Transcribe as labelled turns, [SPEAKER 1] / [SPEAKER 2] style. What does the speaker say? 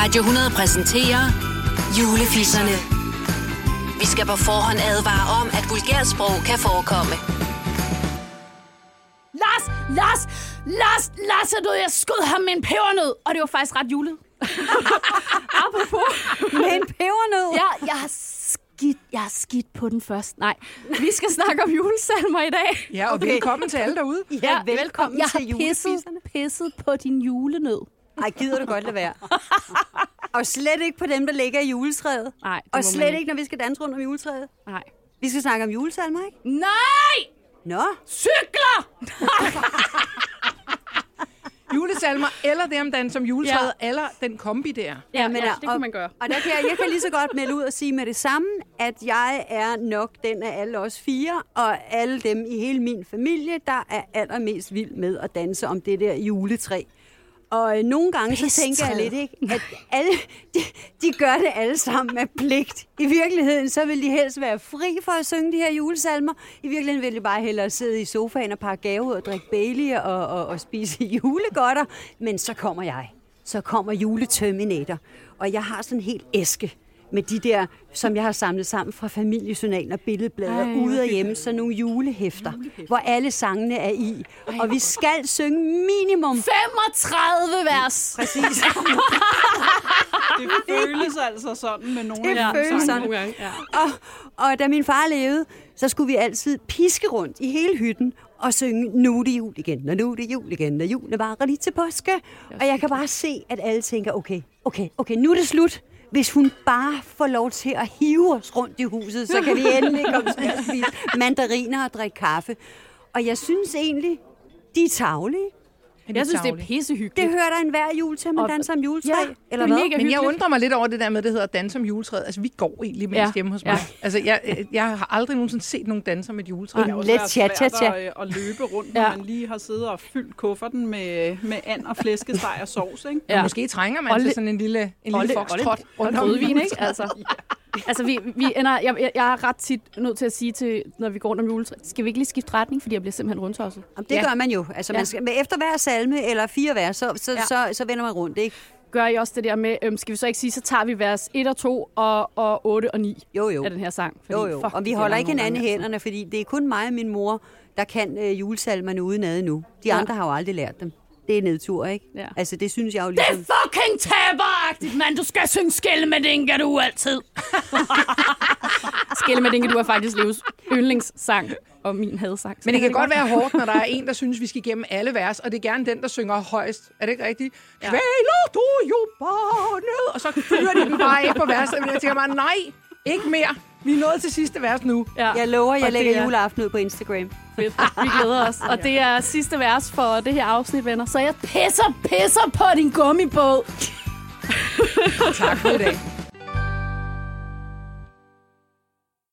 [SPEAKER 1] Radio 100 præsenterer Julefisserne. Vi skal på forhånd advare om, at vulgært sprog kan forekomme.
[SPEAKER 2] Lars, Lars, Lars, Lars er død. Jeg skød ham med en pebernød, og det var faktisk ret julet. Apropos.
[SPEAKER 3] Med en pebernød.
[SPEAKER 2] Ja, jeg har skidt, jeg har skidt på den først. Nej, vi skal snakke om julesalmer i dag.
[SPEAKER 4] Ja, og okay. velkommen til alle derude.
[SPEAKER 3] Ja, velkommen
[SPEAKER 2] jeg
[SPEAKER 3] til
[SPEAKER 2] har pisset,
[SPEAKER 3] julefisserne.
[SPEAKER 2] pisset på din julenød.
[SPEAKER 3] Ej, gider du godt lade være. og slet ikke på dem, der ligger i juletræet.
[SPEAKER 2] Nej, det må
[SPEAKER 3] Og
[SPEAKER 2] man
[SPEAKER 3] slet
[SPEAKER 2] ikke.
[SPEAKER 3] ikke, når vi skal danse rundt om juletræet.
[SPEAKER 2] Nej.
[SPEAKER 3] Vi skal snakke om julesalmer, ikke?
[SPEAKER 2] Nej!
[SPEAKER 3] Nå,
[SPEAKER 2] Cykler!
[SPEAKER 4] Julesalmer, eller det om den som juletræet, ja.
[SPEAKER 2] Ja.
[SPEAKER 4] eller den kombi der.
[SPEAKER 2] Ja, men
[SPEAKER 3] der-
[SPEAKER 2] ja, det kunne man gøre.
[SPEAKER 3] øh, Og der kan jeg, jeg kan lige så godt melde ud og sige med det samme, at jeg er nok den af alle os fire, og alle dem i hele min familie, der er allermest vild med at danse om det der juletræ. Og øh, nogle gange så tænker jeg lidt, ikke, at alle, de, de gør det alle sammen af pligt. I virkeligheden, så vil de helst være fri for at synge de her julesalmer. I virkeligheden vil de bare hellere sidde i sofaen og pakke gave ud og drikke Bailey og, og, og spise julegodter. Men så kommer jeg så kommer juleterminator. Og jeg har sådan en hel æske med de der, som jeg har samlet sammen fra familiejournalen og billedblader Ej, ude og hjemme, så nogle julehæfter, hvor alle sangene er i. og vi skal synge minimum
[SPEAKER 2] 35 vers.
[SPEAKER 3] præcis.
[SPEAKER 5] Det føles altså sådan med nogle
[SPEAKER 3] Det
[SPEAKER 5] af de
[SPEAKER 3] føles
[SPEAKER 5] sange
[SPEAKER 3] sådan.
[SPEAKER 5] nogle gange. Ja.
[SPEAKER 3] og, og da min far levede, så skulle vi altid piske rundt i hele hytten og synge, nu er det jul igen, og nu er det jul igen, og julen varer lige til påske. Og jeg kan bare se, at alle tænker, okay, okay, okay, nu er det slut. Hvis hun bare får lov til at hive os rundt i huset, så kan vi endelig komme til at spise mandariner og drikke kaffe. Og jeg synes egentlig, de er tavlige.
[SPEAKER 2] Jeg synes, det er
[SPEAKER 3] Det
[SPEAKER 2] pissehyggeligt.
[SPEAKER 3] hører der en hver jul til, at man
[SPEAKER 2] Og-
[SPEAKER 3] danser om juletræ,
[SPEAKER 2] ja,
[SPEAKER 3] ja, eller
[SPEAKER 2] det er mega
[SPEAKER 3] hvad?
[SPEAKER 4] Men jeg
[SPEAKER 2] hyggeligt.
[SPEAKER 4] undrer mig lidt over det der med, det hedder danse om juletræet. Altså, vi går egentlig mest
[SPEAKER 2] Ja,
[SPEAKER 4] ja. hjemme hos
[SPEAKER 2] ja.
[SPEAKER 4] mig. Altså, jeg, jeg har aldrig nogensinde set nogen danse om et juletræ.
[SPEAKER 5] Det kan også
[SPEAKER 3] Lidt
[SPEAKER 5] være
[SPEAKER 3] tja, tja,
[SPEAKER 5] svært
[SPEAKER 3] tja.
[SPEAKER 5] At, øh, at løbe rundt,
[SPEAKER 2] Ja.
[SPEAKER 5] når man lige har siddet og fyldt kufferten med, øh, med and og flæskesteg og sovs, ikke?
[SPEAKER 4] Ja.
[SPEAKER 2] Ja.
[SPEAKER 4] Måske trænger man
[SPEAKER 2] Og
[SPEAKER 4] til
[SPEAKER 2] lidt-
[SPEAKER 4] sådan en lille, en lille foxtrot rundt om
[SPEAKER 2] rødvin, ikke? Altså, altså vi, vi ender, jeg, jeg, jeg er ret tit nødt til at sige til, når vi går rundt om juletræet, skal vi ikke lige skifte retning, fordi jeg bliver simpelthen rundtosset.
[SPEAKER 3] Jamen, det ja. gør man jo. Altså, man
[SPEAKER 2] Ja.
[SPEAKER 3] skal, efter hver salme, eller fire vers, så, så, ja.
[SPEAKER 2] Ja.
[SPEAKER 3] så, så vender man rundt, ikke?
[SPEAKER 2] Gør I også det der med, øhm, skal vi så ikke sige, så tager vi vers 1 og 2 og, og 8 og 9
[SPEAKER 3] Jo, jo.
[SPEAKER 2] af den her sang. Fordi,
[SPEAKER 3] Jo, jo.
[SPEAKER 2] fuck,
[SPEAKER 3] Og vi
[SPEAKER 2] det
[SPEAKER 3] holder
[SPEAKER 2] gælder
[SPEAKER 3] ikke
[SPEAKER 2] nogle
[SPEAKER 3] hinanden i
[SPEAKER 2] gange, altså.
[SPEAKER 3] hænderne, fordi det er kun mig og min mor, der kan øh, julesalmerne udenad nu. De andre har jo aldrig lært dem. Det er nedtur, ikke?
[SPEAKER 2] Ja.
[SPEAKER 3] Altså, det synes jeg jo
[SPEAKER 2] Det er
[SPEAKER 3] ligesom...
[SPEAKER 2] fucking taberagtigt, mand. Du skal synge skille med dinka, du altid. skille med dinka, du er faktisk Leos yndlingssang og min hadsang.
[SPEAKER 4] Men det kan godt være hårdt, når der er en, der synes, vi skal igennem alle vers, og det er gerne den, der synger højst. Er det ikke rigtigt? Ja. Kvæler du jo barnet? Og så fyrer de den bare af på verset, men jeg tænker bare, nej, ikke mere. Vi er nået til sidste vers nu.
[SPEAKER 2] Ja.
[SPEAKER 3] Jeg lover, jeg
[SPEAKER 4] Og det
[SPEAKER 3] lægger
[SPEAKER 4] er-
[SPEAKER 3] juleaften ud på Instagram.
[SPEAKER 2] fedt. Vi glæder os. Og det er sidste vers for det her afsnit, venner. Så jeg pisser, pisser på din gummibåd.
[SPEAKER 4] Tak for i dag.